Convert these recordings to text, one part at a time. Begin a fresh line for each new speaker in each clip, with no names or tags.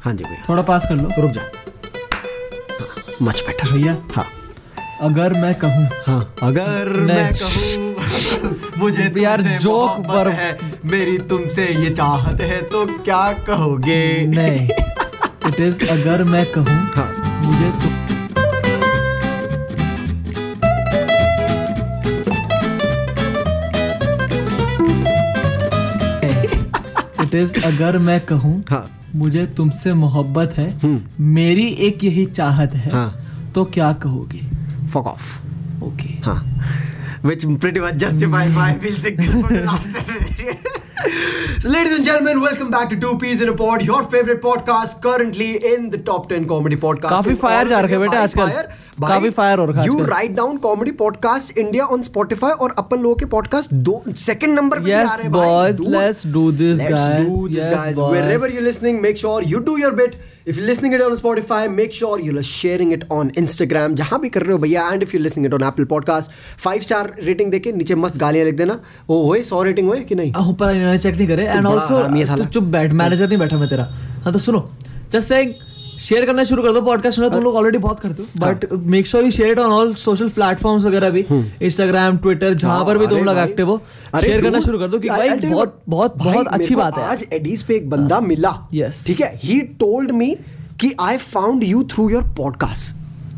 हाँ जी भैया
थोड़ा पास कर लो
रुक जा मच बेटर
भैया
हाँ
अगर मैं कहूँ
हाँ अगर मैं कहूँ मुझे
यार,
तुमसे
जोक
मोहब्बत
पर-
है मेरी तुमसे ये चाहत है तो क्या कहोगे
नहीं इट इज अगर मैं कहूँ
हाँ
मुझे तो इट इज अगर मैं कहूँ
हाँ हम्म।
मुझे तुमसे मोहब्बत है मेरी एक यही चाहत है
हाँ।
तो क्या कहोगे
फक ऑफ
ओके
हाँ which pretty much justifies why I feel sick for the last seven years. So, ladies and gentlemen, welcome back to Two Peas in a Pod, your favorite podcast currently in the top 10 comedy podcast.
काफी fire जा रखे बेटा आजकल। काफी fire हो रखा
You
आजकल।
write down comedy podcast India on Spotify और अपन लोगों के podcast दो second number पे भी आ
यस
रहे हैं भाई.
Boys
Dude,
let's do this
Let's
guys
do this, guys. Wherever you're listening, make sure you do your bit. If you're listening it on Spotify, make sure you're sharing it on Instagram. जहाँ भी कर रहे हो भैया and if you listening it on Apple podcast five star rating देके नीचे मस्त गालियाँ लिख देना वो होए सौ रेटिंग होए कि नहीं तो
ऊपर इन्होंने चेक नहीं करे एंड
बड़ा हरामी है
ऑल्सो
साला।
चुप बैठ मैनेजर नहीं बैठा मैं तेरा हाँ तो सुनो जस्ट से शेयर करना शुरू कर दो पॉडकास्ट सुना
हाँ।
तुम लोग ऑलरेडी बहुत करते हो but make sure you share it on all social platforms वगैरह भी इंस्टाग्राम ट्विटर जहां पर भी
हम्म। हाँ, अरे
तुम लोग
भाई।
एक्टिव हो
अरे
शेयर करना
dude,
शुरू कर दो कि
I-
भाई
I'll tell you
बहुत
what,
बहुत
भाई,
बहुत
मेरे
अच्छी
को
बात है हाँ।
आज एडीज पे एक बंदा मिला
Yes.
ठीक है ही टोल्ड मी कि I found you through your podcast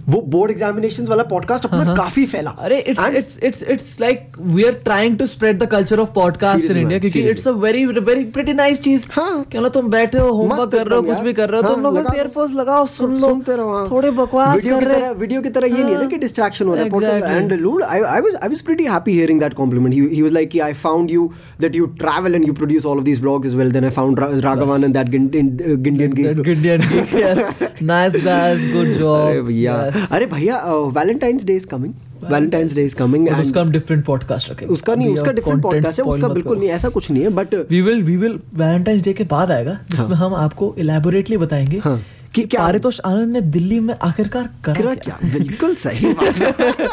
वो बोर्ड एग्जामिनेशन वाला पॉडकास्ट अपना काफी फैला
हाँ, अरे it's
And-
it's it's it's like we are trying to spread the culture of podcast in
Seriously,
India
man,
क्योंकि
seriously.
It's a very very pretty nice चीज
हाँ।
क्या ना तुम बैठे हो होमवर्क
मस्त
कर रहे हो
एकदम
कुछ
यार।
भी कर रहे हो
हाँ,
तुम लोग
लगा दो।
एयरफोर्स लगाओ सुन लो
सुनते रहो हाँ।
थोड़े बकवास
Video
कर
की
रहे हाँ।
तरह- video की तरह ये नहीं है ना कि डिस्ट्रैक्शन हो रहा है podcast
Exactly.
and dude I I was I was pretty happy hearing that compliment he he was like I found you that you travel and you produce all of these vlogs as well then I found Ra- Raghavan and that Gindian uh, Gindian geek
That good and good, yes. nice guys, good job.
अरे भैया
Yes.
अरे भैया Valentine's Day is coming Valentine's Day is coming
और उसका हम different podcast रखेंगे
उसका नहीं उसका डिफरेंट पॉडकास्ट है उसका बिल्कुल नहीं ऐसा कुछ नहीं है but
we will we will Valentine's Day के बाद आएगा जिसमें हम आपको इलेबोरेटली बताएंगे
हाँ, कि
कि क्या
क्या-
पारितोष आनंद ने दिल्ली में आखिरकार करा
करा
क्या
क्या बिल्कुल सही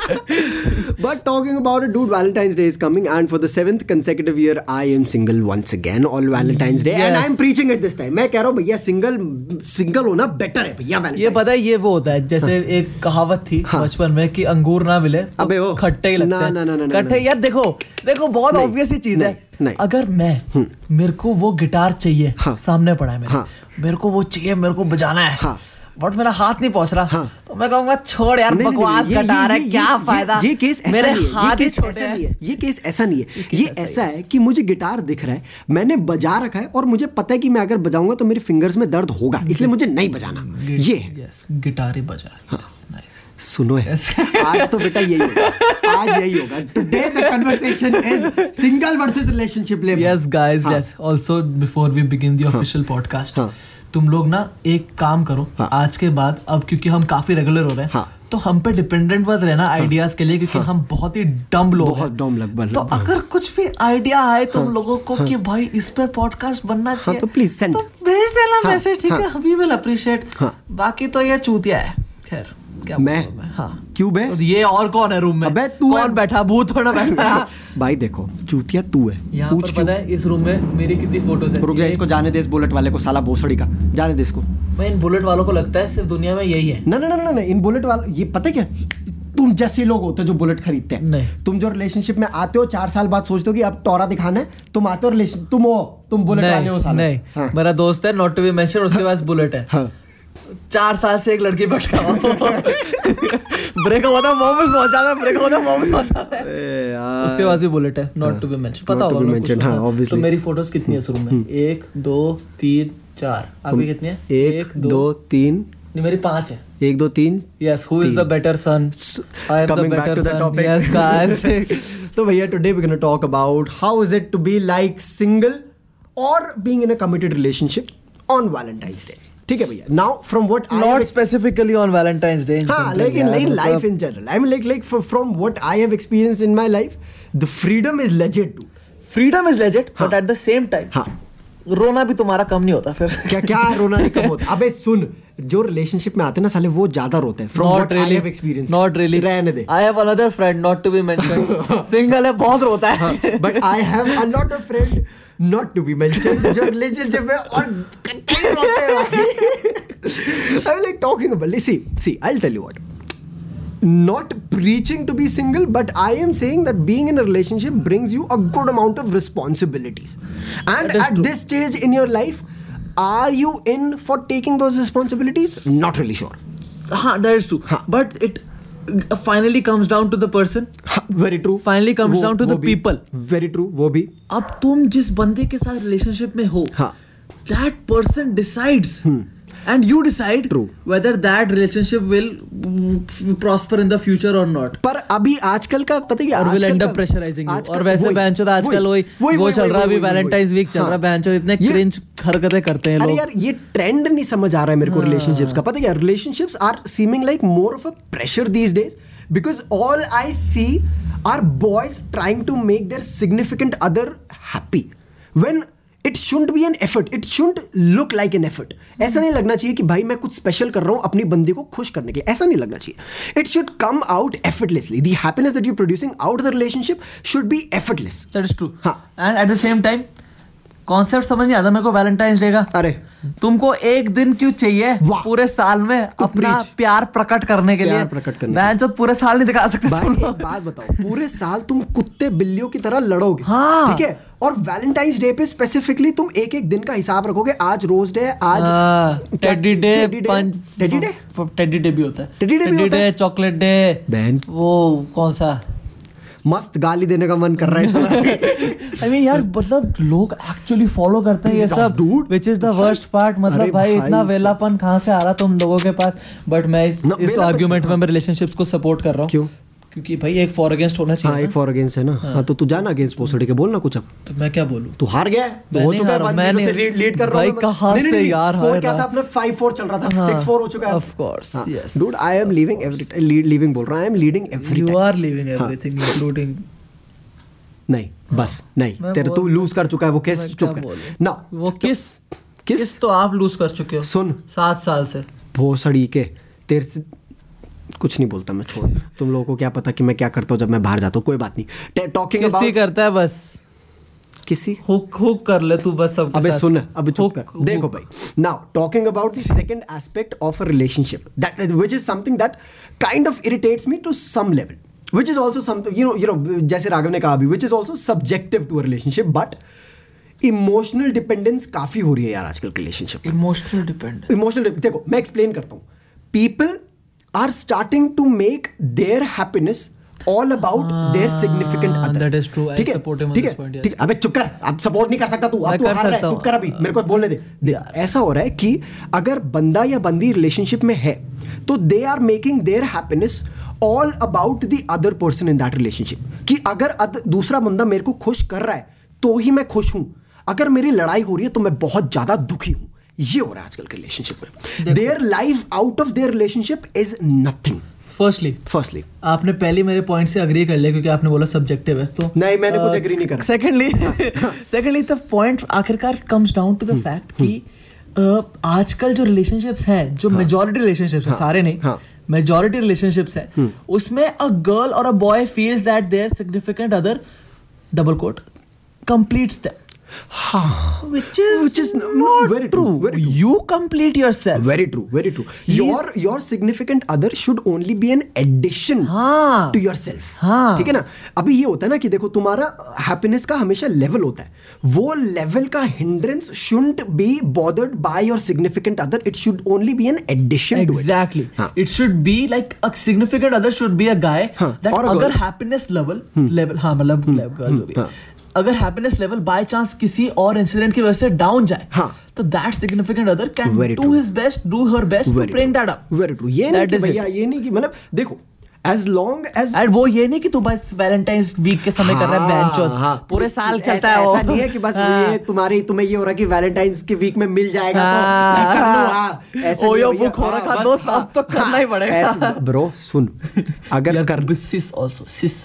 but talking about it dude Valentine's Day is coming and for the seventh consecutive year I am single once again all Valentine's Day and
Yes.
I am preaching it this time मैं कह रहा हूँ भैया single single होना better है भैया
ये
Valentine
पता है ये वो होता है जैसे एक कहावत थी बचपन में कि अंगूर ना मिले तो
हाँ। अबे वो।
खट्टे ही लगते
ना,
हैं
ना, ना, ना, ना,
खट्टे
ना।
यार देखो देखो बहुत
नहीं,
ऑब्वियस ही चीज
नहीं,
है
नहीं।
अगर मैं मेरे को वो गिटार चाहिए
हाँ।
सामने पड़ा है मेरे
हाँ।
मेरे को वो चाहिए मेरे को बजाना है
हाँ।
बट मेरा हाथ नहीं पहुंच रहा
हाँ।
तो मैं कहूंगा छोड़ यार
नहीं, नहीं,
बकवास
नहीं, ये-
कटा
ये-
रहा है
ये-
क्या
ये-
फायदा
ये केस ऐसा
मेरे
नहीं है, ये
हाथ ही
केस
छोटे
ऐसा
हैं
नहीं है ये केस ऐसा नहीं है ये ऐसा है कि मुझे गिटार दिख रहा है मैंने बजा रखा है और मुझे पता है कि मैं अगर बजाऊंगा तो मेरे फिंगर्स में दर्द होगा इसलिए मुझे नहीं बजाना ये है
यस गिटार ही बजा नाइस
सुनो है
Yes.
आज तो बेटा यही होगा आज यही होगा today the conversation is single versus relationship level
yes guys yes also before we begin the official podcast
हाँ।
तुम लोग ना एक काम करो आज के बाद अब क्योंकि हम काफी रेगुलर हो रहे हैं
हाँ।
तो हम पे डिपेंडेंट मत रहना आइडियाज के लिए क्योंकि हम बहुत ही डम लोग
बहुत
हैं।
dumb लोग-
तो अगर कुछ भी आइडिया आए तुम लोगों को कि भाई इस पे पॉडकास्ट बनना
हाँ.
चाहिए
तो please send.
तो भेज देना
हाँ,
मैसेज ठीक है वी विल अप्रिशिएट
हाँ।
बाकी तो ये चूतिया है खैर क्या
मैं?
बोलूं हाँ
क्यों बे?
तो ये और कौन है रूम में
अबे तू
कौन
है।
बैठा भूत थोड़ा बैठा है
भाई देखो चूतिया तू है
यहाँ
पूछ
पर
क्यों
पता है इस रूम में मेरी कितनी फोटोज है
रुक जा इसको जाने दे इस बुलेट वाले को साला बोसड़ी का जाने दे इसको
मैं इन बुलेट वालों को लगता है सिर्फ दुनिया में यही है
ना ना ना ना ना इन बुलेट वाला ये पता है क्या तुम जैसे लोग होते हो जो बुलेट खरीदते हैं
नहीं।
तुम जो रिलेशनशिप में आते हो चार साल बाद सोचते हो कि अब टोरा दिखाना है तुम आते हो रिलेशन तुम हो तुम बुलेट वाले हो
नहीं,
साले
नहीं
हाँ।
मेरा दोस्त है नॉट टू बी मेंशन उसके पास बुलेट है
हाँ।
चार साल से एक लड़की बैठा हुआ ब्रेकअप होता है वापस पहुंच जाता है ब्रेकअप होता है वापस पहुंच जाता है उसके पास भी बुलेट है नॉट टू बी मेंशन पता
हाँ। Not to be
होगा मैं पूछ
mentioned,
रहा
हाँ,
हूँ। तो
obviously. हम्म।
मेरी फोटोज कितनी है इस रूम में एक दो तीन चार आपकी कितनी है
एक दो तीन
नहीं मेरी पांच है
एक दो तीन
yes who is the better son I am the
Coming back
better
to the
son
topic.
Yes guys
so भैया today we're gonna talk about how is it to be like single or being in a committed relationship on Valentine's Day. ठीक है भैया. Now from what I
not
have-
specifically on Valentine's Day. in
हाँ,
general,
like in
यार,
like
मतलब-
life in general. I mean like like f- from what I have experienced in my life, the freedom is legit dude.
freedom is legit, but at the same time,
हाँ.
रोना भी तुम्हारा कम नहीं होता फिर
क्या क्या रोना नहीं कम होता. अबे सुन जो रिलेशनशिप में आते हैं ना साले वो ज्यादा रोते हैं from what I have experienced
not really
रहने दे
I have another friend not to be mention single है बहुत रोता
हाँ,
है
but I have a lot of friend not to be mention जो रिलेशनशिप में और कच्चे रोते हैं भाई। talking about? Let's See, see, I'll tell you what. Not preaching to be single, but I am saying that being in a relationship brings you a good amount of responsibilities. And
That is
at
true.
this stage in your life, are you in for taking those responsibilities? Not really sure.
हाँ that is true but it uh, finally comes down to the person
Very true.
Finally comes down to the people.
Very true. वो भी.
अब तुम जिस बंदे के साथ relationship में हो
हाँ. Hmm.
that person decides and you decide
True.
whether that relationship will mm, prosper in the future or not
पर अभी आजकल का पता है क्या
और विल
आजकल
एंड
का-
अप प्रेशराइजिंग
आजकल-
और वैसे
वही,
बैंचो आजकल वही वो चल रहा है अभी
वही, वही,
वैलेंटाइंस वीक चल
हाँ।
रहा है बैंचो इतने
ये-
क्रिंज हरकतें करते हैं
अरे
लोग
यार ये ट्रेंड नहीं समझ आ रहा है मेरे को रिलेशनशिप्स का पता है क्या relationships are seeming like more of a pressure these days because all I see are boys trying to make their significant other happy when it should be an effort it should look like an effort ऐसा नहीं लगना चाहिए कि भाई मैं कुछ special कर रहा हूँ अपनी बंदी को खुश करने के लिए ऐसा नहीं लगना चाहिए it should come out effortlessly the happiness that you producing out the relationship should be effortless
that is true
हाँ।
And at the same time concept समझ नहीं आता मेरे को वैलेंटाइंस डे का
अरे।
तुमको एक दिन क्यों चाहिए
वाह।
पूरे साल में अपना
preach.
प्यार प्रकट करने के
प्यार
लिए
प्रकट करने के
मैं जो पूरे साल नहीं दिखा सकते
भाई
तुम
एक
लोग।
बात बताओ पूरे साल तुम कुत्ते बिल्लियों की तरह लड़ोगे
हाँ।
ठीक है और वैलेंटाइंस डे पे स्पेसिफिकली तुम एक एक दिन का हिसाब रखोगे आज रोज डे है,
हाँ,
आज
teddy day
teddy day
teddy day भी होता है
Teddy day भी होता है?
चॉकलेट डे
बहन।
वो कौन सा
मस्त गाली देने का मन कर रहा है
आई मीन यार मतलब लोग एक्चुअली फॉलो करते हैं ये
Dude,
सब
dude.
Which is the worst part
अरे
मतलब भाई
भाई
इतना
साहब।
वेलापन कहाँ से आ रहा तुम लोगों के पास बट मैं इस
ना,
इस
वेलापन
आर्गुमेंट में रिलेशनशिप्स को सपोर्ट कर रहा हूँ
क्यों?
क्योंकि भाई एक फॉर अगेंस्ट होना
हाँ
चाहिए
एक फॉर अगेंस्ट है ना हाँ तो तू जाना अगेंस्ट पोस्ट के बोलना कुछ अब
ना। तो मैं क्या बोलूँ
तू हार गया है, तो
मैं
हो
नहीं
चुका है
हारा,
1-0 से
मैंने-
लीड लीड कर रहा
भाई
हूं मैं।
कहाँ
नहीं, नहीं,
से
नहीं,
यार
स्कोर
हार
क्या था
रहा।
अपना 5-4 चल रहा था
हाँ,
6-4 हो चुका है हाँ।
of course, yes,
dude I am living every leaving बोल रहा I am leading every
you are living
हाँ।
एवरीथिंग इंक्लूडिंग
नहीं बस नहीं
मैं
तेरे तू
बोल-
लूज कर चुका है वो केस
मैं क्या
चुप कर
बोलूं?
ना
वो किस
किस?
किस तो आप लूज कर चुके हो
सुन।
सात साल से
भोसड़ी के तेरे से कुछ नहीं बोलता मैं छोड़ तुम लोगों को क्या पता कि मैं क्या करता हूँ जब मैं बाहर जाता हूँ कोई बात नहीं टॉकिंग
किस ही
अबाउट
करता है बस
किसी
हुक हुक कर ले तू बस सब
अबे सुन अबे चुप कर देखो भाई now talking about the second aspect of a relationship that which is something that kind of irritates me to some level which is also something you know you know जैसे राघव ने कहा अभी which is also subjective to a relationship but emotional dependence काफी हो रही है यार आजकल के रिलेशनशिप
इमोशनल डिपेंड
इमोशनल देखो मैं एक्सप्लेन करता हूँ people are starting to make there happiness all about their significant
हाँ,
other
Ah, that is true. I
ठीक है
support him on
ठीक
this
है
point, yes.
ठीक है अबे चुप कर अब सपोर्ट नहीं कर सकता तू
मैं
अब तू
कर
हार रहा है
सकता
चुप कर अभी मेरे को बोलने दे देख, ऐसा हो रहा है कि अगर बंदा या बंदी रिलेशनशिप में है तो they are making their happiness all about the other person in that relationship कि अगर अद- दूसरा बंदा मेरे को खुश कर रहा है तो ही मैं खुश हूं अगर मेरी लड़ाई हो रही है तो मैं बहुत ज्यादा दुखी हूं ये हो रहा है आजकल के रिलेशनशिप में their life out of their relationship is nothing
firstly
firstly
आपने पहले मेरे पॉइंट से अग्री कर लिया क्योंकि आपने बोला सब्जेक्टिव है तो
नहीं, मैंने कुछ agree नहीं करा।
सेकंडली सेकंडली द पॉइंट आखिरकार comes down to
hmm,
the fact कि uh, आजकल जो रिलेशनशिप्स हैं जो मेजोरिटी रिलेशनशिप्स हैं सारे नहीं
हाँ। हम्म।
मेजोरिटी रिलेशनशिप्स हैं उसमें अ गर्ल और a boy feels that their significant other double quote completes them
हाँ
which is
Which is no- very true, very true.
You complete yourself
Very true, very true. Your your significant other should only be an addition
हाँ।
to yourself.
हाँ।
ठीक है ना अभी ये होता है ना कि देखो तुम्हारा हैप्पीनेस का हमेशा लेवल होता है वो लेवल का hindrance shouldn't be bothered by your significant other it should only be an addition
Exactly.
हाँ.
It should be like a significant other should be a guy
हाँ,
that
or a
अगर
girl. Hmm.
happiness level level हाँ मतलब level girl जो भी है,
हाँ.
अगर हैप्पीनेस लेवल बाय चांस किसी और इंसिडेंट की वजह से डाउन जाए
हाँ.
तो that significant other can
Very
do
true.
His best do her best to bring that up
very true ये नहीं
That
कि
is it.
भैया ये नहीं कि मतलब देखो एज लॉन्ग एज
एंड वो ये नहीं कि तू बस वैलेंटाइंस वीक के समय कर रहा है बैंचो पूरे साल चलता है
हाँ, तो ऐसा,
वो
ऐसा नहीं है कि बस
हाँ.
ये तुम्हारी तुम्हें ये हो रहा है कि वैलेंटाइंस के वीक में मिल जाएगा तो मैं कर लूं, हाँ, ऐसा नहीं
हाँ। ओयो
है भैया,
बुक हो
हाँ,
रखा
बस,
दोस्त अब तो करना ही पड़ेगा
ब्रो सुन अगर कर
सिस आल्सो सिस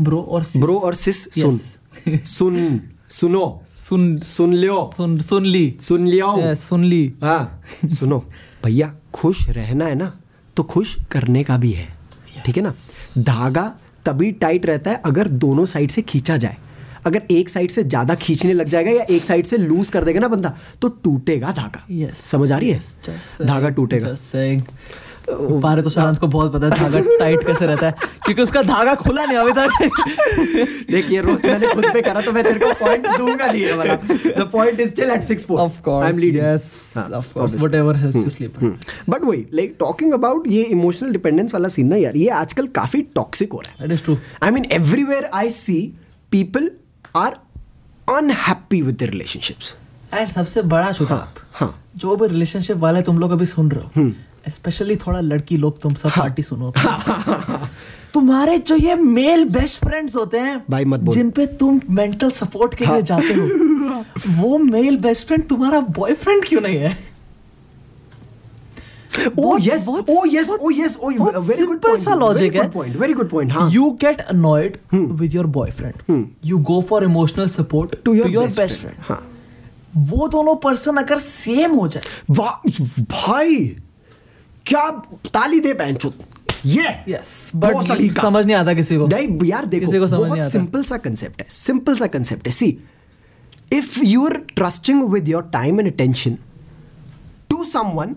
ब्रो और sis.
ब्रो और सिस सुन सुन सुनो
सुन
सुन लियो
सुन सुन ली
सुन लियो
Yeah, सुन ली
हाँ सुनो भैया खुश रहना है ना तो खुश करने का भी है ठीक है ना धागा तभी टाइट रहता है अगर दोनों साइड से खींचा जाए अगर एक साइड से ज्यादा खींचने लग जाएगा या एक साइड से लूज कर देगा ना बंदा तो टूटेगा धागा
Yes.
समझ आ रही
Just
है
saying,
धागा टूटेगा
just saying. बारे तो शांत को बहुत पता है धागा टाइट कैसे रहता है क्योंकि उसका धागा खुला नहीं अभी तक
देख ये रोस्ट मैंने खुद पे करा तो मैं तेरे को पॉइंट दूंगा नहीं ये वाला the point is still at 6
Of course,
I am leading
yes,
हाँ,
of course, whatever helps
Hmm,
you sleep.
But वही लाइक टॉकिंग अबाउट ये इमोशनल डिपेंडेंस वाला सीन ना यार ये आजकल काफी टॉक्सिक हो रहा है
That is true.
I mean, everywhere I see, people are unhappy with their relationships. Oh,
and सबसे बड़ा छुपा
हाँ. हम्म।
जो भी रिलेशनशिप वाले तुम लोग अभी सुन रहे हो स्पेशली थोड़ा लड़की लोग तुम
हाँ।
सब पार्टी सुनो तुम्हारे जो ये मेल बेस्ट फ्रेंड्स होते हैं
भाई मत बोल। हाँ।
जिन पे तुम मेंटल सपोर्ट के लिए जाते हो वो मेल बेस्ट फ्रेंड तुम्हारा बॉयफ्रेंड क्यों नहीं है
Oh
बहुत-
yes,
बहुत-
oh yes,
बहुत-
oh yes, oh
बहुत
very good
simple
point.
सा logic
very
है
good point. Very good point. हाँ. Hmm.
You get annoyed with your boyfriend you go for emotional support
To your best
best
friend.
Friend वो दोनों person अगर same हो जाए
वाह भाई क्या ताली दे पैंचो ये
यस
वो
बट
सड़ी का।
समझ नहीं आता किसी को
नहीं यार देखो
किसी को समझ नहीं
बहुत
आता।
सिंपल सा कंसेप्ट है सिंपल सा कंसेप्ट है see if you are trusting with your time and attention to someone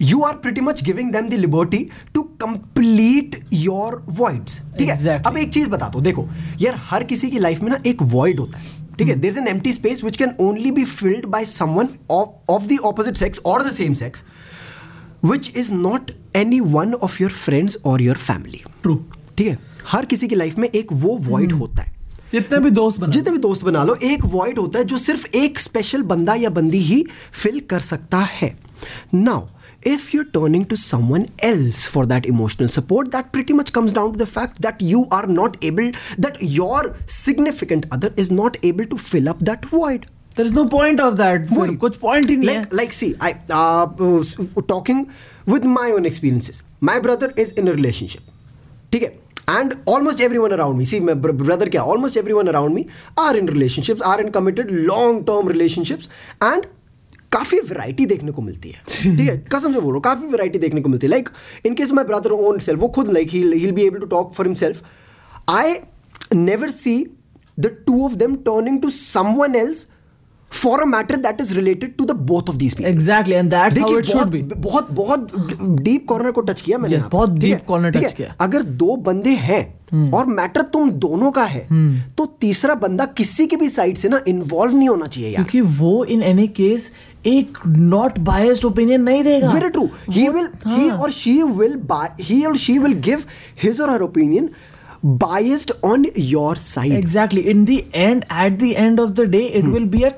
you are pretty much giving them the liberty to complete your voids ठीक है
Exactly.
अब एक चीज बता दो देखो यार हर किसी की लाइफ में ना एक void होता है ठीक है there is an empty space which can only be filled by someone of the opposite sex और the same sex which is not anyone of your friends और योर फैमिली
True.
ठीक है हर किसी की लाइफ में एक वो void होता है
जितने भी दोस्त बना
जितने भी दोस्त बना लो एक void होता है जो सिर्फ एक स्पेशल बंदा या बंदी ही फिल कर सकता है now if you're turning to someone else for that emotional support that pretty much comes down to the fact that you are not able that your significant other is not able to fill up that void
there is no point of that
वही।
कुछ point ही नहीं है
like, like see i uh, s- talking with my own experiences my brother is in a relationship ठीक है and almost everyone around me see मैं brother क्या almost everyone around me are in relationships are in committed long term relationships and काफ़ी variety देखने को मिलती है ठीक है कसम से बोल रहा हूँ काफ़ी वैरायटी देखने को मिलती है like in case my brother own self वो खुद like he be able to talk for himself I never see the two of them turning to someone else for a matter that is related to the both of these people
exactly and that's how it should be
बहुत बहुत deep corner को touch किया मैंने
Yes,
यहाँ।
बहुत
ठीक है?
deep corner
ठीक
touch
है?
किया। हम्म।
अगर दो बंदे हैं और मैटर तुम दोनों का है तो तीसरा बंदा किसी की भी साइड से ना इन्वॉल्व नहीं होना चाहिए यार
क्योंकि वो इन एनी केस एक नॉट बायस्ड ओपिनियन नहीं देगा
very true he will he
हाँ।
और शी विल ही और शी विल गिव हिज और her opinion biased on your side
exactly in the end at the end of the day it
Hmm.
Will be a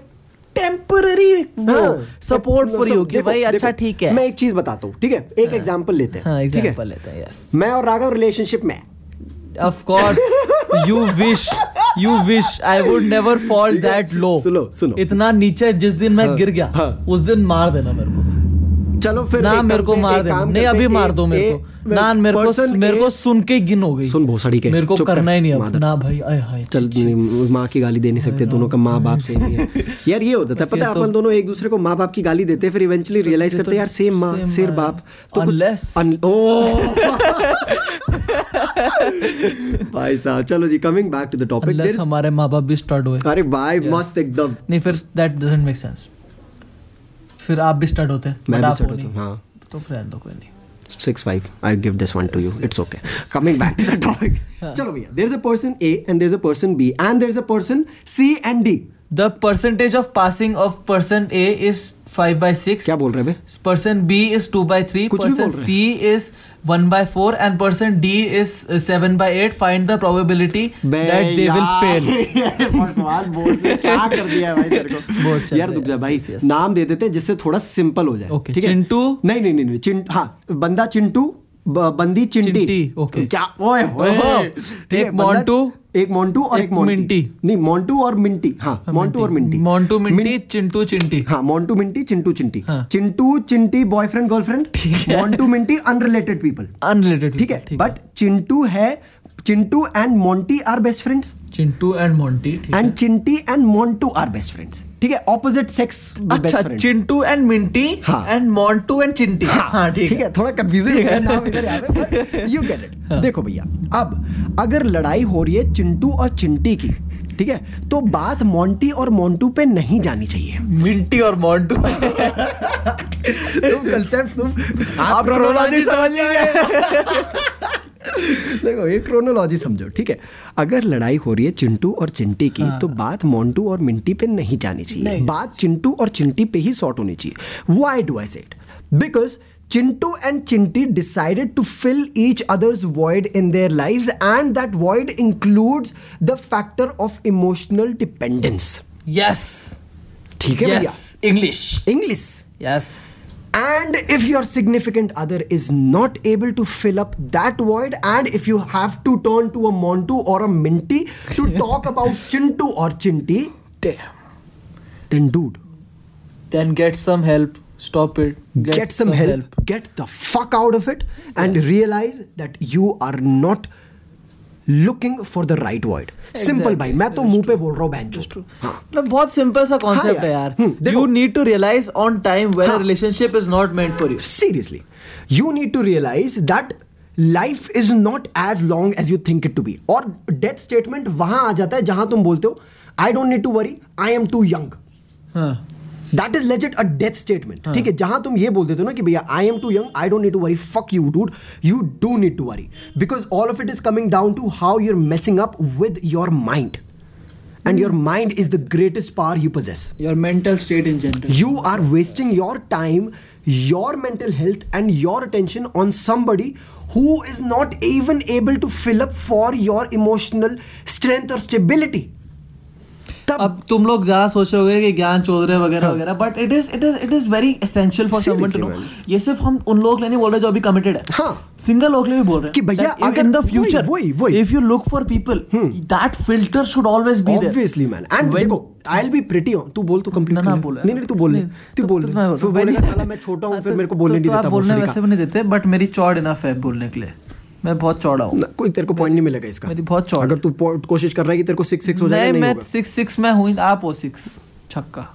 temporary
हाँ।
Support for you कि भाई अच्छा ठीक है
मतलब मैं एक चीज बताता हूँ ठीक है एक एग्जाम्पल लेते
हाँ
हैं ठीक है?
एग्जांपल लेते हैं यस
मैं और राघव रिलेशनशिप में हैं।
Of course you wish you wish I would never fall that low
सुनो, सुनो।
इतना नीचे जिस दिन मैं गिर गया
हाँ।
उस दिन मार देना मेरे को
चलो फिर
ना
एक
मेरे को
करते-
मार
एक
दे
काम
नहीं
करते
अभी
हैं,
मार दो
एक-
मेरे
एक-
को ना मेरे को
person
मेरे
एक-
को सुन के गिन हो गई
सुन भोसड़ी के,
मेरे को
चुप कर,
करना ही नहीं अब
मादर।
ना भाई आय हाय
चल नहीं, माँ की गाली दे नहीं सकते दोनों का माँ बाप सेम ही है यार ये होता था
बस
पता है
ये तो-
अपन दोनों एक दूसरे को माँ बाप की गाली देते हैं, फिर इवेंचुअली रियलाइज
ये तो
करते हैं, यार सेम माँ
same
सेम
माँ
बाप तो
है।
कुछ-
Unless-
un- ओ भाई साहब चलो जी coming back to the
Unless
topic
हमारे माँ बाप भी स्टार्ट हुए
अरे भाई
Yes.
हाँ, मस्त एकदम
नहीं फिर दैट डजंट मेक सेंस फिर आप भी स्टार्ट होते हैं
मैं
but
भी
आप
start
हो
होता हूँ,
नहीं।
हाँ।
तो फिर रहने दो कोई नहीं
six five. I'll give this one to you. It's okay. Coming back to the topic. चलो भैया. There's a person A and there's a person B and there's a person C and D.
The percentage of passing of person A is 5 by 6
क्या बोल रहे हैं बे?
Person B is 2 by 3
कुछ भी
person
बोल रहे
C is 1 by 4 and person D is 7 by 8 find the probability
बे
दैट दे विल
यार,
फेल
ये भगवान बोल दे, क्या कर दिया है भाई तेरे
बोल
को
चल
यार
रहा
रुक
है,
जा भाई
yes, yes.
नाम दे देते हैं जिससे थोड़ा सिंपल हो जाए
Okay, चिंटू?
नहीं नहीं नहीं नहीं चिं हाँ बंदा चिंटू ब- बंदी चिंटी
चिंटी, okay.
क्या ओए ओए
ओहो,
ठीक है,
एक
बंदा-
मोंटू,
एक मोंटू और
एक
एक मोंटी
मिंटी।
नहीं मोंटू और मिंटी हाँ मोंटू और मिंटी
मोंटू
मिं-
मिंटी चिंटू चिंटी
हाँ मोन्टू मिंटी चिंटू चिंटी
हाँ।
Chintu Chinti boyfriend girlfriend Montu Minty unrelated people
unrelated
ठीक है बट चिंटू है Chintu and Monty are best friends
Chintu and Monty ठीक
and Chinti and Montu are best friends ठीक है ऑपोजिट सेक्स
अच्छा चिंटू एंड मिंटी
हाँ।
एंड मोंटू एंड चिंटी हाँ ठीक है
थोड़ा कंफ्यूजिंग
ठीक
है
है। हाँ.
नाम इधर यहाँ पे, but you get it. देखो भैया अब अगर लड़ाई हो रही है चिंटू और चिंटी की ठीक है तो बात मोंटी और मोंटू पे नहीं जानी चाहिए
मिंटी और मोंटू
तुम कंसेप्ट तो तुम
आप chronology समझ लीजिए
देखो ये क्रोनोलॉजी समझो ठीक है अगर लड़ाई हो रही है चिंटू और चिंटी की तो बात मोंटू और मिंटी पे नहीं जानी चाहिए
नहीं।
बात चिंटू और चिंटी पे ही सॉर्ट होनी चाहिए why do I set because Chintu and Chinti decided to fill each other's void in their lives, and that void includes the factor of emotional dependence.
Yes
ठीक है भैया
yes English
English.
Yes
And if your significant other is not able to fill up that void, and if you have to turn to a Montu or a Minty to talk about Chintu or Chinti, then dude,
then get some help stop it
get, some, help, get the fuck out of it, and realize that you are not looking for the right void. Simple भाई मैं तो मुंह पे बोल रहा हूँ बहन हाँ
मतलब बहुत सिंपल सा
यार।
कॉन्सेप्ट है
हम्म,
यार
देखो।
You need to realize on time when
हाँ।
Relationship is not meant for you
seriously you need to realize that life is not as long as you think it to be और death statement वहां आ जाता है जहां तुम बोलते हो I don't need to worry I am too young
हाँ.
That is legit a death statement ठीक है जहां तुम ये बोल देते हो ना कि भैया I am too young I don't need to worry fuck you dude you do need to worry because all of it is coming down to how you're messing up with your mind and your mind is the greatest power you possess
your mental state in general
you are wasting your time your mental health and your attention on somebody who is not even able to fill up for your emotional strength or stability तब
अब तुम लोग ज्यादा सोच रहे होगे कि ज्ञान चौधरी वगैरह वगैरह but it is it is it is very essential for someone to know
हाँ। Seriously,
ये सिर्फ हम उन लोगों के लिए नहीं बोल रहे जो अभी कमिटेड है
हाँ।
सिंगल लोग के लिए भी बोल रहे हैं
कि भैया
That in-
अगर-
in द
वही,
फ्यूचर
वही, वही। हम्म।
If you look for people that filter should always be there
obviously man and
When-
देखो I'll be pretty on तू बोल तू कंप्लीट
ना ना बोलो
नहीं नहीं तू बोल ले तू
तो
बोल ले फिर बोलेगा साला मैं छोटा
हाँ,
हूँ फिर मेरे को बोलने नहीं देता
बोलने
भोसड़ी
वैसे भी नहीं देते बट मेरी चौड़ इनफ है बोलने के लिए मैं बहुत चौड़ा हूँ
का ना, कोई तेरे को पॉइंट नहीं मिलेगा इसका
मेरी बहुत चौड़
अगर तू point- कोशिश कर रहा है कि तेरे को सिक्स सिक्स हो
नहीं
जाएगा नहीं
मैं
होगा
सिक्स सिक्स में हूँ आप हो सिक्स छक्का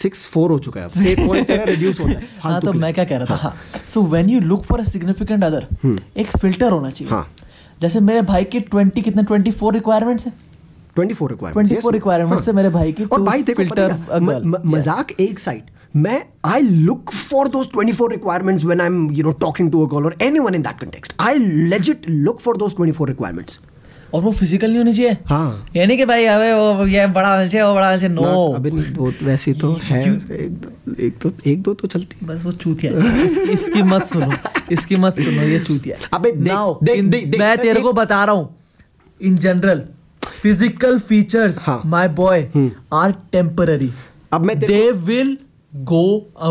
सिक्स फोर हो चुका है अब एक पॉइंट तेरा रिड्यूस होता है
हाँ
फालतू हाँ।
तो
के लिए।
मैं क्या कह रहा था so when you look for a significant other एक फिल्टर होना चाहिए
हम्म। हाँ।
जैसे मेरे भाई की ट्वेंटी कितने ट्वेंटी फोर रिक्वायरमेंट्स है
24 requirements,
24
yes.
requirements
हाँ।
है मेरे भाई की,
और
two
भाई देखो
filter
पता है,
a
म-
girl.
म- मजाक एक साइड मैं I look for those 24 requirements when I am you know talking to a girl और anyone in that context I legit look for those 24 requirements
और वो फिजिकल नहीं होनी चाहिए
हाँ।
यानी कि भाई अबे वो ये बड़ा होना चाहिए वो बड़ा होना चाहिए नो
नहीं वो वैसे तो है एक दो एक दो एक दो तो चलती है
बस वो चूतिया है। इसकी, इसकी मत सुनो इसकी मत सुनो ये चूतिया है।
अबे देख-
Now,
देख-
in-
देख- देख-
मैं तेरे
देख-
को बता रहा हूँ इन जनरल फिजिकल फीचर्स
हाँ।
माय बॉय आर टेम्पररी
अब मैं तेरे
they will go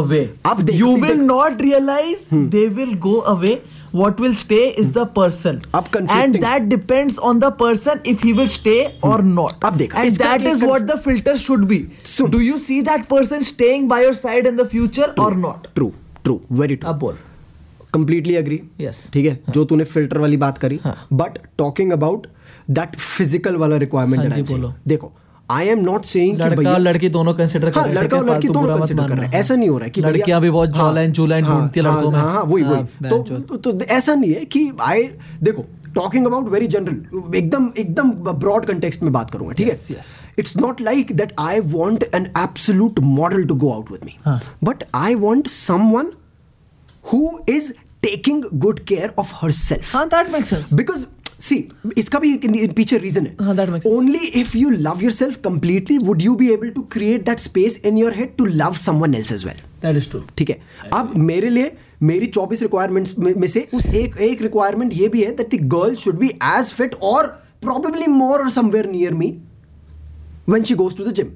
away
अब देख-
you
देख- Hmm.
will not realize they will go away what will stay is the person
अब
and
conflicting-
that depends on the person if he will stay or not
अब देखा,
and
इसका
that
एक
is
conf-
what the filter should be
सुन। तो-
do you see that person staying by your side in the future or not
true true very true
अब बोल
completely agree
Yes.
ठीक है जो तूने फिल्टर वाली बात करी
हाँ।
But talking about that physical वाला रिक्वायरमेंट
हाँ जी, बोलो।
देखो आई एम नॉट सेइंग कि
लड़का
भैया
और लड़की दोनों कंसिडर कर
हाँ,
रहे हैं,
लड़का
ठीक
और
है,
लड़की
फालतू
दोनों
बुरा मत
consider कर
मानना।
रहे हैं ऐसा नहीं हो रहा है कि भैया-
लड़कियां भी बहुत जॉलाइन जूलाइन
हाँ,
ढूंढती है
हाँ,
लड़कों में
हाँ, हाँ, वही
हाँ,
वही तो,
बहनचोद।
तो, तो ऐसा नहीं है कि आई देखो टॉकिंग अबाउट वेरी जनरल एकदम एकदम ब्रॉड कंटेक्स्ट में बात करूंगा ठीक
Yes,
है
yes.
It's not like that I want an absolute model to go out with me
हाँ।
But I want someone who is taking good care of herself
हाँ that makes sense
because see इसका भी एक पीछे reason
हाँ, that
है
makes sense.
Only if you love yourself completely would you B able to create that space in your head to love someone else as well
that is true
ठीक है अब मेरे लिए मेरी 24 requirements में में से उस एक एक रिक्वायरमेंट ये भी है that the girl should be as fit और प्रॉब्लली मोर और somewhere near me when she goes to the gym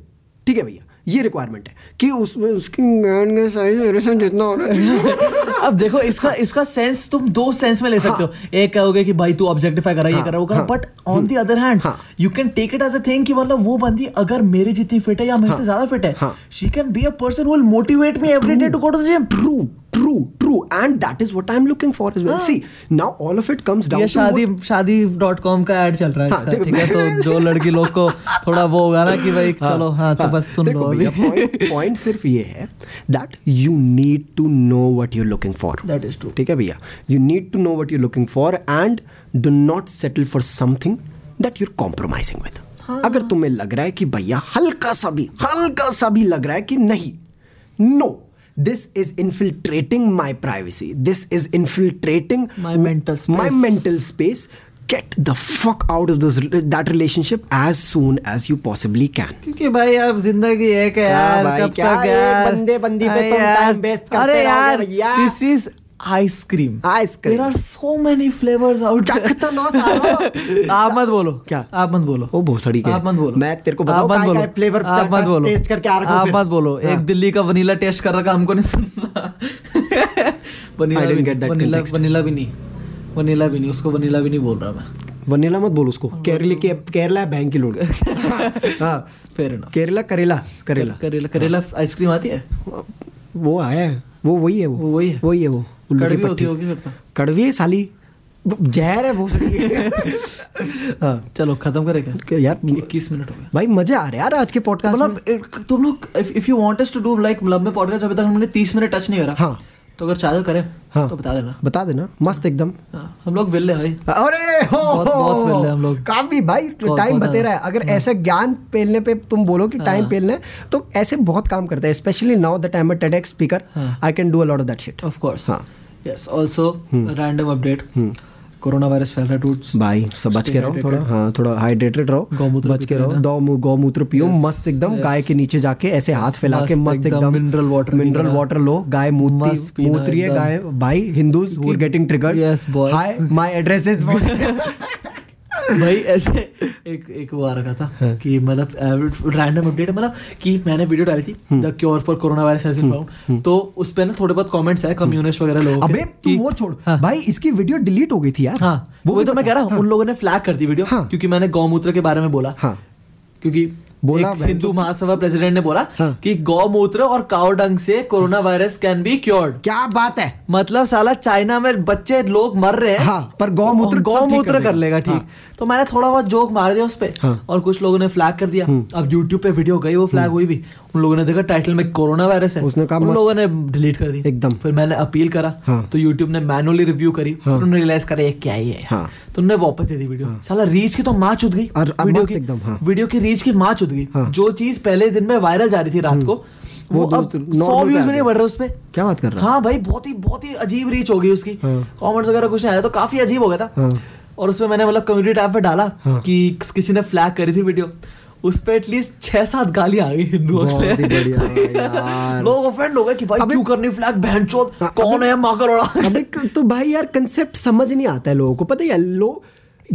ठीक है भैया ये रिक्वायरमेंट है कि उसमें उसकी गांड का साइज मेरे से जितना हो रहा है
अब देखो इसका इसका सेंस तुम दो सेंस में ले सकते हो एक कहोगे कि भाई तू ऑब्जेक्टिफाई कर रहा है ये
हाँ,
कर रहा है वो कर रहा
हाँ,
but on the other hand
हाँ।
You can take it as a thing कि मतलब वो बंदी अगर मेरे जितनी फिट है या मेरे से ज्यादा फिट है
हाँ।
She can be a person who will motivate me every day to go to the gym
true True, true, and that is what I'm looking for as well. See, now all of it comes down
ये
to what-
Shaadi Shaadi dot com का ad चल रहा है
हाँ,
इसका
देखो,
ठीक है तो जो लड़की लोग को थोड़ा वो होगा ना कि भाई चलो हाँ तो बस सुन लो अभी
पॉइंट सिर्फ ये है that you need to know what you looking for
That is true.
ठीक है भैया you need to know what you looking for and do not settle for something that your compromising with
हाँ।
अगर तुम्हें लग रहा है कि भैया हल्का सा भी हल्का सा भी लग रहा है कि नहीं no this is infiltrating my privacy this is infiltrating
My mental
my
space.
mental space get the fuck out of those that relationship as soon as you possibly can
क्योंकि भाई अब जिंदगी एक है
हाँ
यार
भाई,
कब
क्या
तक
ये
यार
बंदे बंदी पे
अरे
तुम
यार,
time waste करते
अरे
रहोगे
यार
भैया।
This is ice cream
Ice-cream.
There are so many flavours out
चखता ना सारा।
आप मत बोलो
क्या?
आप मत बोलो
तो ओ भोसड़ी के।
आप मत बोलो
मैं तेरे को बताऊं
आप मत
काय-
बोलो
काय flavor
आप
का
मत बोलो
taste करके आ रखा हूं
आप
फिर।
मत बोलो
हाँ।
एक दिल्ली का वनीला टेस्ट कर रखा हमको नहीं सुनना वनीला
I
भी
didn't get
नहीं
that
वनीला
context.
वनीला भी नहीं वनीला भी नहीं उसको वनीला भी नहीं बोल रहा मैं
वनीला मत बोल उसको
हाँ।
केरली के केरला बैंक के लोग हाँ
फेयर ना
केरला करेला करेला
करेला करेला
हाँ।
आइसक्रीम आती है
वो आया है वो वही है वो
वो वही है।
वही है वो उल्लू की
कड़वी होती
पट्टी।
होगी फिर तो
कड़वी है साली जहर है भोसड़ी के। हाँ
चलो खत्म करें क्या
के- यार
इक्कीस मिनट हो गए
भाई मजे आ रहे हैं यार आज के पॉडकास्ट में
मतलब एक- तुम लोग if you want us to do like लंबे पॉडकास्ट अभी तक हमने तीस मिनट टच नहीं करा
हाँ।
तो अगर चार्जर करें
हाँ।
तो बता देना
बता देना मस्त एकदम
हाँ, हम लोग विल भाई
अरे हो
बहुत- बहुत
हो,
मिल रहे हम लोग।
काफी भाई
बहुत-
टाइम
बहुत
बतेरा है
ज्यादा। हाँ।
अगर ऐसा ज्ञान पेलने पे तुम बोलो कि टाइम पेलना है तो ऐसे बहुत काम करता है specially now that I am a TEDx speaker
हाँ।
I can do a lot of that shit
of course
हाँ। हम्म।
Yes also random update corona virus फैल रहा टूट्स
भाई सब बच के रहो थोड़ा हाँ थोड़ा हाइड्रेटेड रहो
गौमूत्र
बच के
पीते
रहो
रहना।
गौ गौमूत्र पियो
Yes,
मस्त एकदम
yes.
गाय के नीचे जाके ऐसे हाथ फैला के
मस्त
मस्त
एकदम
एकदम
mineral water
मिनरल
पीना।
वाटर लो गाय
मस्त
मूत्री
पीना
मूत्री है
एकदम।
गाय भाई Hindus who are getting triggered
Yes, boss.
Hi my address is
भाई ऐसे एक एक वो आ रखा
हाँ।
था कि मतलब रैंडम अपडेट मतलब कि मैंने वीडियो डाली थी
हम्म।
The cure for corona virus has been found तो उस पे ना थोड़े बहुत कमेंट्स आए कम्युनिस्ट वगैरह लोगों
हम्म।
के
अबे तू
कि-
वो छोड़
हाँ।
भाई इसकी वीडियो डिलीट हो गई थी यार
हाँ वो
भी
तो मैं कह रहा हूँ उन लोगों ने फ्लैग कर दी वीडियो
हाँ।
क्योंकि मैंने गौमूत्र के बारे में बोला
हाँ।
क्योंकि
बोला
एक
भाई। तो।
हिंदू महासभा प्रेसिडेंट ने बोला
हाँ।
कि गौमूत्र और कावडंग से corona virus can be cured
क्या बात है
मतलब साला चाइना में बच्चे लोग मर रहे हैं
हाँ, पर गौमूत्र सब
और
ठीक कर
गौमूत्र
देगा।
कर लेगा ठीक तो मैंने थोड़ा बहुत जोक मार दिया उस पे
हाँ। हम्म।
और कुछ लोगों ने फ्लैग कर दिया अब यूट्यूब पे वीडियो गई वो फ्लैग हुई भी उन लोगों ने देखा टाइटल में कोरोना वायरस है
उसने कहा
उन
मस्त।
लोगों ने डिलीट कर दी
एकदम।
फिर मैंने अपील करा
हाँ।
तो यूट्यूब ने मैनुअली रिव्यू करी
हाँ।
उन्होंने रियलाइज करा ये क्या ही है
हाँ।
तो उन्होंने वापस दे दी वीडियो साला रीच की तो माँ चुद गई
और- और
वीडियो
मस्त
की
एकदम, हाँ।
वीडियो की रीच की माँ चुद गई
हाँ। हम्म।
जो चीज पहले दिन में वायरल जा रही थी रात को वो
वो
अब
दूसरे- normal
सौ
पे आ
व्यूज में
गई।
नहीं बढ़ रहे उस पे
क्या बात कर रहा है?
हाँ भाई बहुत ही बहुत ही अजीब रीच हो गई उसकी कमेंट्स वगैरह कुछ नहीं आ रहा तो काफी अजीब हो गया था
हाँ।
और उसमें मैंने मतलब कम्युनिटी ऐप पे डाला कि किसी ने फ्लैग करी थी वीडियो उस पे एटलीस्ट छह सात गाली आ गई हिंदुओं
बहुत ही बढ़िया
के
यार। हाँ,
लोग ऑफेंड हो गए कि भाई क्यों करनी फ्लैग बहन कौन है माँ करोड़ा
अबे क- तो भाई यार कंसेप्ट समझ नहीं आता है लोगों को पता है लो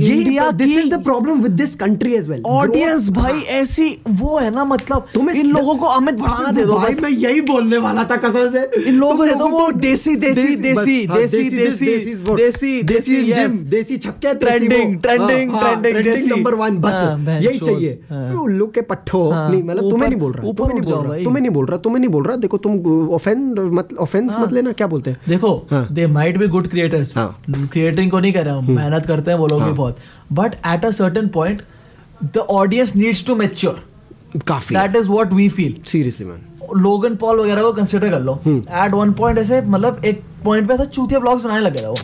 इंडिया
ये दिस
की-
is the problem with this country as well
audience भाई ऐसी वो है ना मतलब
तुम्हें- तो
इन लोगों को अमित बढ़ाना दे दो
भाई
बस
मैं यही बोलने वाला था कसम से
इन लोगों को
तुम
दे दो वो देसी देसी
देसी- बस,
देसी
हाँ,
देसी
देसी-
देसी
देसी is what-
देसी
देसी
yes.
जिम देसी हाँ, छक्के
Trending, trending, trending, देसी।
नंबर वन
हाँ,
बस
बहन
यही
चोद,
चाहिए
हाँ।
वो उल्लू के पट्ठो
हाँ,
नहीं मतलब तुम्हें
ऊपर-
नहीं बोल रहा
ऊपर
तुम्हें नहीं
उठ
बोल
जाओ
रहा
भाई।
तुम्हें नहीं बोल रहा तुम्हें नहीं बोल रहा देखो तुम ऑफेंड मत ऑफेंस
हाँ।
मत लेना क्या बोलते हैं
देखो
हाँ।
They might be good creators
हाँ। हम्म।
क्रिएटिंग को नहीं कह रहा हूँ मेहनत करते हैं वो लोग भी बहुत but at a certain point the audience needs to mature
काफी
that is what we feel
seriously man
Logan Paul वगैरह को कंसिडर कर लो
हम्म।
एट वन पॉइंट ऐसे मतलब एक पॉइंट पे ऐसा चूतिया ब्लॉग्स बनाने लगे था वो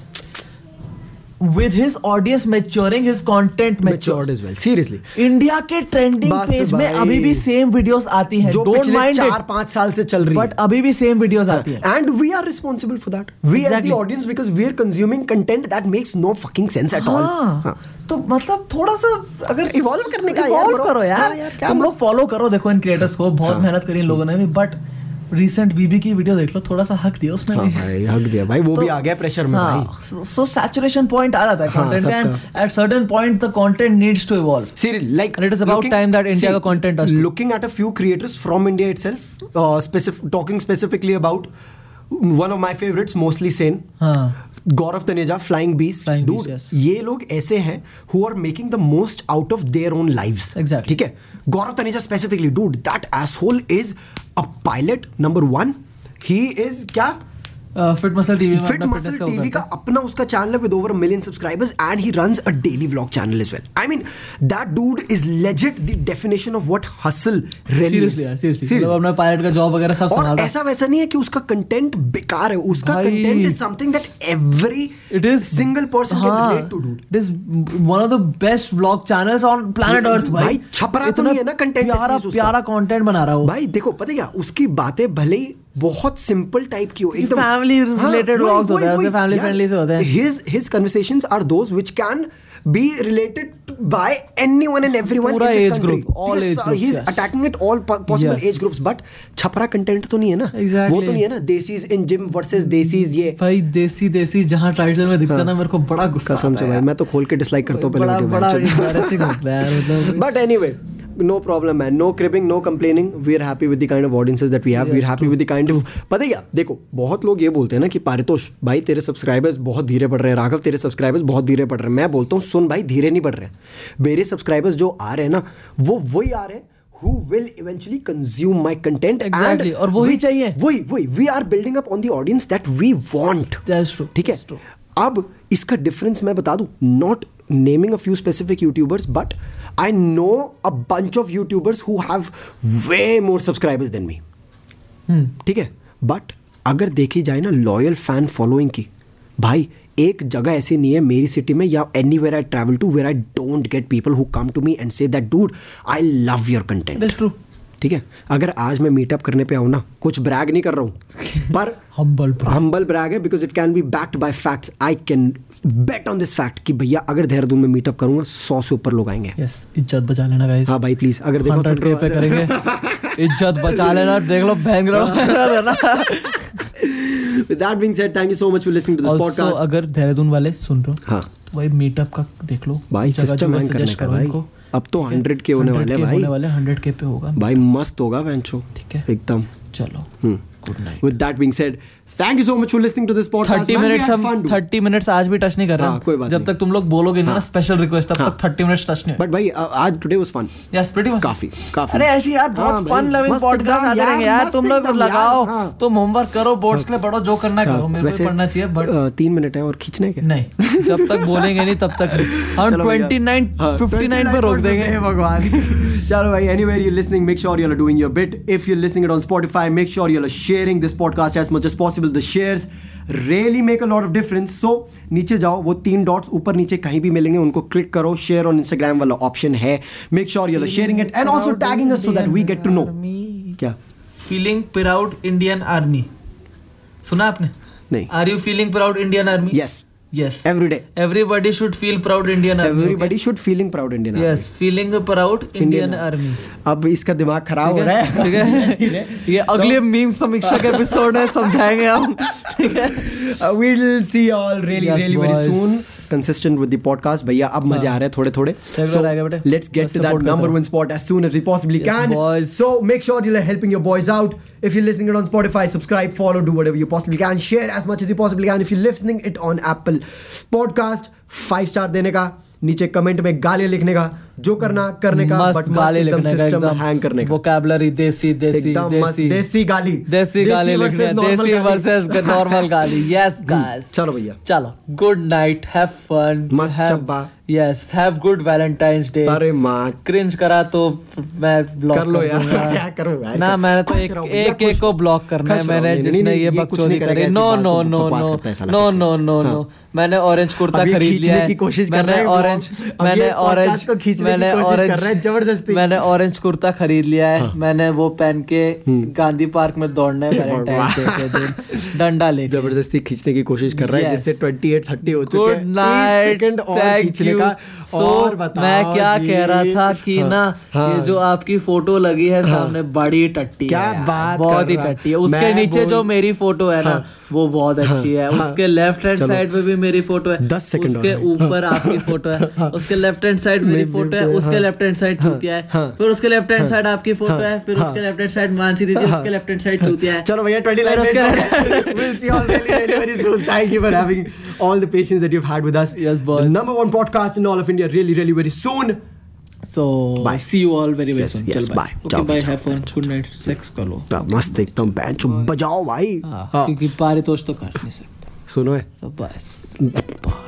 with his audience maturing his content
matured
matured
as well seriously
India के ट्रेंडिंग
बस
पेज में
भाई।
अभी भी सेम वीडियोस आती हैं
जो
डोंट
पिछले
माइंड
चार हाँ।
इट
पांच साल से चल रही है
बट अभी भी सेम वीडियोस आती हैं
And we are responsible for that. We as
Exactly.
the audience because we are consuming content that makes no fucking sense at all.
हाँ,
हाँ.
तो मतलब थोड़ा सा अगर
Evolve करने का
इवॉल्व
यार, bro।
करो यार
हाँ यार, क्या
तुम
मस्त-
लोग फॉलो करो देखो इन क्रिएटर्स को बहुत
हाँ।
मेहनत करी इन लोगों ने भी बट रिसेंट बीबी की वीडियो देख लो थोड़ा सा हक दिया उसने तो हाँ,
हाँ भाई हक दिया भाई वो भी आ गया प्रेशर में
ah.
भाई
सो सैचुरेशन पॉइंट आ जाता है
हाँ,
कंटेंट का
सबका।
At certain point the content needs to evolve
Seriously, like
And it is about time that India का content does too.
Looking at a few creators from India itself, uh, specif- talking specifically about one of my favorites, mostly sane.
हाँ
Gaurav Taneja flying beast
Flying
dude
Beast, yes.
ये लोग ऐसे हैं who are making the most out of their own lives
Exactly.
ठीक है Gaurav Taneja specifically dude that asshole is a pilot number one he is क्या
fit muscle TV में
fit
अपना
muscle
fitness का वो
टीवी
करता
का अपना उसका चैनल है with over million subscribers and he runs a daily vlog channel as well I mean that dude is legit the definition of what hustle
है।
रियली
Seriously यार सीरियसली मतलब अपना पायलट का जॉब वगैरह सब
और
संभालता है।
ऐसा वैसा नहीं है कि उसका कंटेंट बेकार है उसका
भाई।
Content is something that every
It is हाँ,
single person can relate to dude
It is one of the best vlog channels on planet Earth भाई
भाई, छपरा तो
इतना
नहीं है ना content
प्यारा
इसमें उसका।
प्यारा कंटेंट बना रहा हो
भाई देखो पता है क्या उसकी बातें भले ही बहुत सिंपल टाइप की हो एकदम हाँ,
family related vlogs होते हैं, उसके family friendly से होते हैं।
His his conversations are those which can be related by anyone and everyone
पूरा age group, all age
he is
groups, yes.
Attacking it all possible
Yes.
Age groups but छपरा content तो नहीं है ना
Exactly.
वो तो नहीं है ना desis in gym versus desis ये
भाई देसी देसी जहां टाइटल में दिखता
हाँ।
ना मेरे को बड़ा गुस्सा
कसम से
आता है
भाई मैं तो खोल के डिसलाइक करता हूं
बड़ा
पहले
बड़ा
video, man.
embarrassing होता है यार मतलब
But anyway, no problem, man. No cribbing, no complaining. We are happy with the kind of audiences that we have. We are happy with the kind of पता है क्या देखो बहुत लोग ये बोलते हैं ना कि पारितोष भाई तेरे सब्सक्राइबर्स बहुत धीरे बढ़ रहे हैं राघव तेरे सब्सक्राइबर्स बहुत धीरे बढ़ रहे हैं मैं बोलता हूँ सुन भाई धीरे नहीं बढ़ रहे हैं मेरे सब्सक्राइबर्स जो आ रहे हैं ना वो वही आ रहे हैं who will eventually consume my content and
Exactly, और वही
we-
चाहिए।
वही वही we are building up on the audience that we want
That's true.
ठीक है
That's true.
अब इसका डिफरेंस मैं बता दूं not naming a few specific YouTubers but I know a bunch of YouTubers who have way more subscribers than me
Hmm.
ठीक है बट अगर देखी जाए ना लॉयल फैन फॉलोइंग की भाई एक जगह ऐसी नहीं है मेरी सिटी में या anywhere I travel to where I don't get people who come to me and say that dude I love your content
That's true.
ठीक है अगर आज मैं मीटअप करने पे आऊँ ना कुछ ब्रैग नहीं कर रहा हूँ पर
Humble brag.
हम्बल ब्रैग है because it can be backed by facts I can bet on this fact कि भैया अगर देहरादून में मीटअप करूंगा सौ से ऊपर लोग आएंगे
यस इज्जत बचा लेना गाइस
हाँ भाई प्लीज अगर देखो
कॉन्ट्रैक्ट पे
सुन-
करेंगे इज्जत बचा लेना देख लो
हाँ।
Bangalore
With that being said, thank you so much for listening to this
also
podcast.
अगर देहरादून वाले सुन रहे हो
हाँ।
तो भाई मीटअप का देख लो
भाई
जगह
सिस्टम
जगह
हैंग करने
suggest
का
करो
भाई
इनको।
अब तो
ठीक है?
हंड्रेड के होने वाले
100K
भाई
होने वाले हंड्रेड के पे होगा
भाई मस्त होगा वेंचो
ठीक है।
एकदम
चलो good night
With that being said, thank you so much for listening to this podcast.
Thirty
Man, we
minutes
had
हम
fun, dude.
थर्टी मिनट्स आज भी टच नहीं कर रहे
हाँ,
हम।
कोई बात
जब
नहीं। हाँ।
तक तुम लोग बोलोगे ना स्पेशल रिक्वेस्ट तब तक थर्टी मिनट्स टच नहीं
But भाई आ- आज today was fun
yes pretty much
काफी काफी
अरे ऐसी यार
हाँ
बहुत
भाई,
फन लविंग
मस्त
पॉडकास्ट
एकदम
आते रहेंगे यार
मस्त
तुम लोग
एकदम
लगाओ
यार, हाँ।
तुम होमवर्क करो बोर्ड्स के लिए पढ़ो जो करना है करो मेरे को
वैसे,
ये तो पढ़ना चाहिए बट
अ, तीन मिनट है और खींचने के
नहीं जब तक बोलेंगे नहीं तब तक नहीं। हम
चलो भैया।
ट्वेंटी नाइन
हाँ,
फिफ्टी नाइन
29
पे रोक देंगे
हे भगवान चलो भाई anywhere you listening make sure you are doing your bit if you listening it on Spotify make sure you are sharing this podcast as much as possible the shares really make a lot of difference so नीचे जाओ वो तीन dots ऊपर नीचे कहीं भी मिलेंगे उनको क्लिक करो शेयर ऑन इंस्टाग्राम वाला ऑप्शन है make sure you are sharing it and also tagging us so that we get to know क्या
फीलिंग प्राउड इंडियन आर्मी सुना आपने
नहीं।
Are you feeling proud Indian army
Yes.
Yes
Every day.
Everybody should feel proud Indian army
everybody should feeling proud Indian
yes feeling proud Indian army
अब इसका दिमाग खराब हो रहा है
ठीक है ये अगले मीम समीक्षा के एपिसोड में समझाएंगे हम ठीक है
Uh, we'll see you all really,
Yes,
really very
boys.
soon. Consistent with the podcast. भैया अब मजे आ रहे हैं थोड़े थोड़े
regular आएगा बेटे.
let's get
बस
to that
support
number
करते
one spot as soon as we possibly
Yes,
can.
boys.
So make sure you're helping your boys out. If you're listening it on Spotify, subscribe, follow, do whatever you possibly can. Share as much as you possibly can. If you're listening it on Apple Podcast, five star देने का नीचे comment में गालियां लिखने का जो करना करने का
मस्त
but मस्त
गाली
एकदम
लिखने का
system
एकदम
hang करने का
वोकैबुलरी देसी देसी
एकदम मस्त
देसी
देसी गाली
देसी गाली
versus
लिखने
normal
देसी
गाली.
वर्सेस नॉर्मल गाली यस गाइस
चलो भैया।
चलो गुड नाइट हैव फन
मस्त शब्बा।
Yes have good Valentine's day
अरे माँ
क्रिंज करा तो मैं ब्लॉक
कर लो यार,
दूंगा।
क्या करो यार,
ना
कर-
मैंने तो
खुश
एक
रहो भैया,
एक एक
खुश-
को ब्लॉक करना है
खुश रहो,
मैंने
नहीं, नहीं,
जिसने
नहीं, ये
ये
कुछ
बकचोदी
नहीं करेगा,
करी
ऐसी
नो
बात
नो
तो
नो
बकवास
नो
करता है साला
नो
कुछ
नो नो नो मैंने ऑरेंज कुर्ता
अब ये
खरीद लिया
खींचने
है
की कोशिश कर रहा
मैंने
है वो।
ऑरेंज
अब ये
मैंने
podcast
ऑरेंज
को खींचने की
मैंने
कोशिश कर रहा है,
ऑरेंज
जबरदस्ती। हाँ।
मैंने ऑरेंज कुर्ता खरीद लिया है मैंने वो पहन के
हम्म।
गांधी पार्क में दौड़ना है Valentine's Day के दिन डंडा लेके
जबरदस्ती खींचने की कोशिश कर रहा है
Yes.
जिससे 28 30 हो चुके
गुड
हैं
नाइट
सेकंड और खींचने का
सो
और बताओ
मैं क्या
जी।
कह रहा था कि
हाँ,
ना
हाँ,
ये जो आपकी फोटो लगी है सामने बड़ी टट्टी
क्या
है यार,
बात
बहुत
कर
ही
रहा।
टट्टी है उसके
मैं
नीचे
बोल-
जो मेरी फोटो है ना वो बहुत अच्छी है
हाँ,
उसके लेफ्ट हैंड
चलो।
साइड पे भी मेरी फोटो है
दस second
उसके
और हाँ। हैं।
ऊपर आपकी फोटो है उसके लेफ्ट हैंड साइड मेरी
मेरी
फोटो है
फोटो है,
उसके लेफ्ट हैंड साइड
हाँ।
चूतिया है फिर उसके लेफ्ट हैंड साइड आपकी फोटो है फिर उसके लेफ्ट हैंड साइड मानसी दीदी
हाँ।
उसके लेफ्ट हैंड साइड चूतिया है
चलो भैया 20
और उसके
line we'll see you all really really very soon thank you for having all the patience that you've had with us
Yes, boss.
the number one podcast in all of India really really very soon
So
Bye.
see you all very very
Yes,
soon.
yes,
Till
bye.
Okay,
Ciao,
bye.
ciao,
Have fun. Good night. Sex कर लो
हाँ, मस्त एकदम bench बजाओ भाई
हाँ,
हाँ,
क्योंकि पारितोष तो काट नहीं सकता
सुनो है
तो बस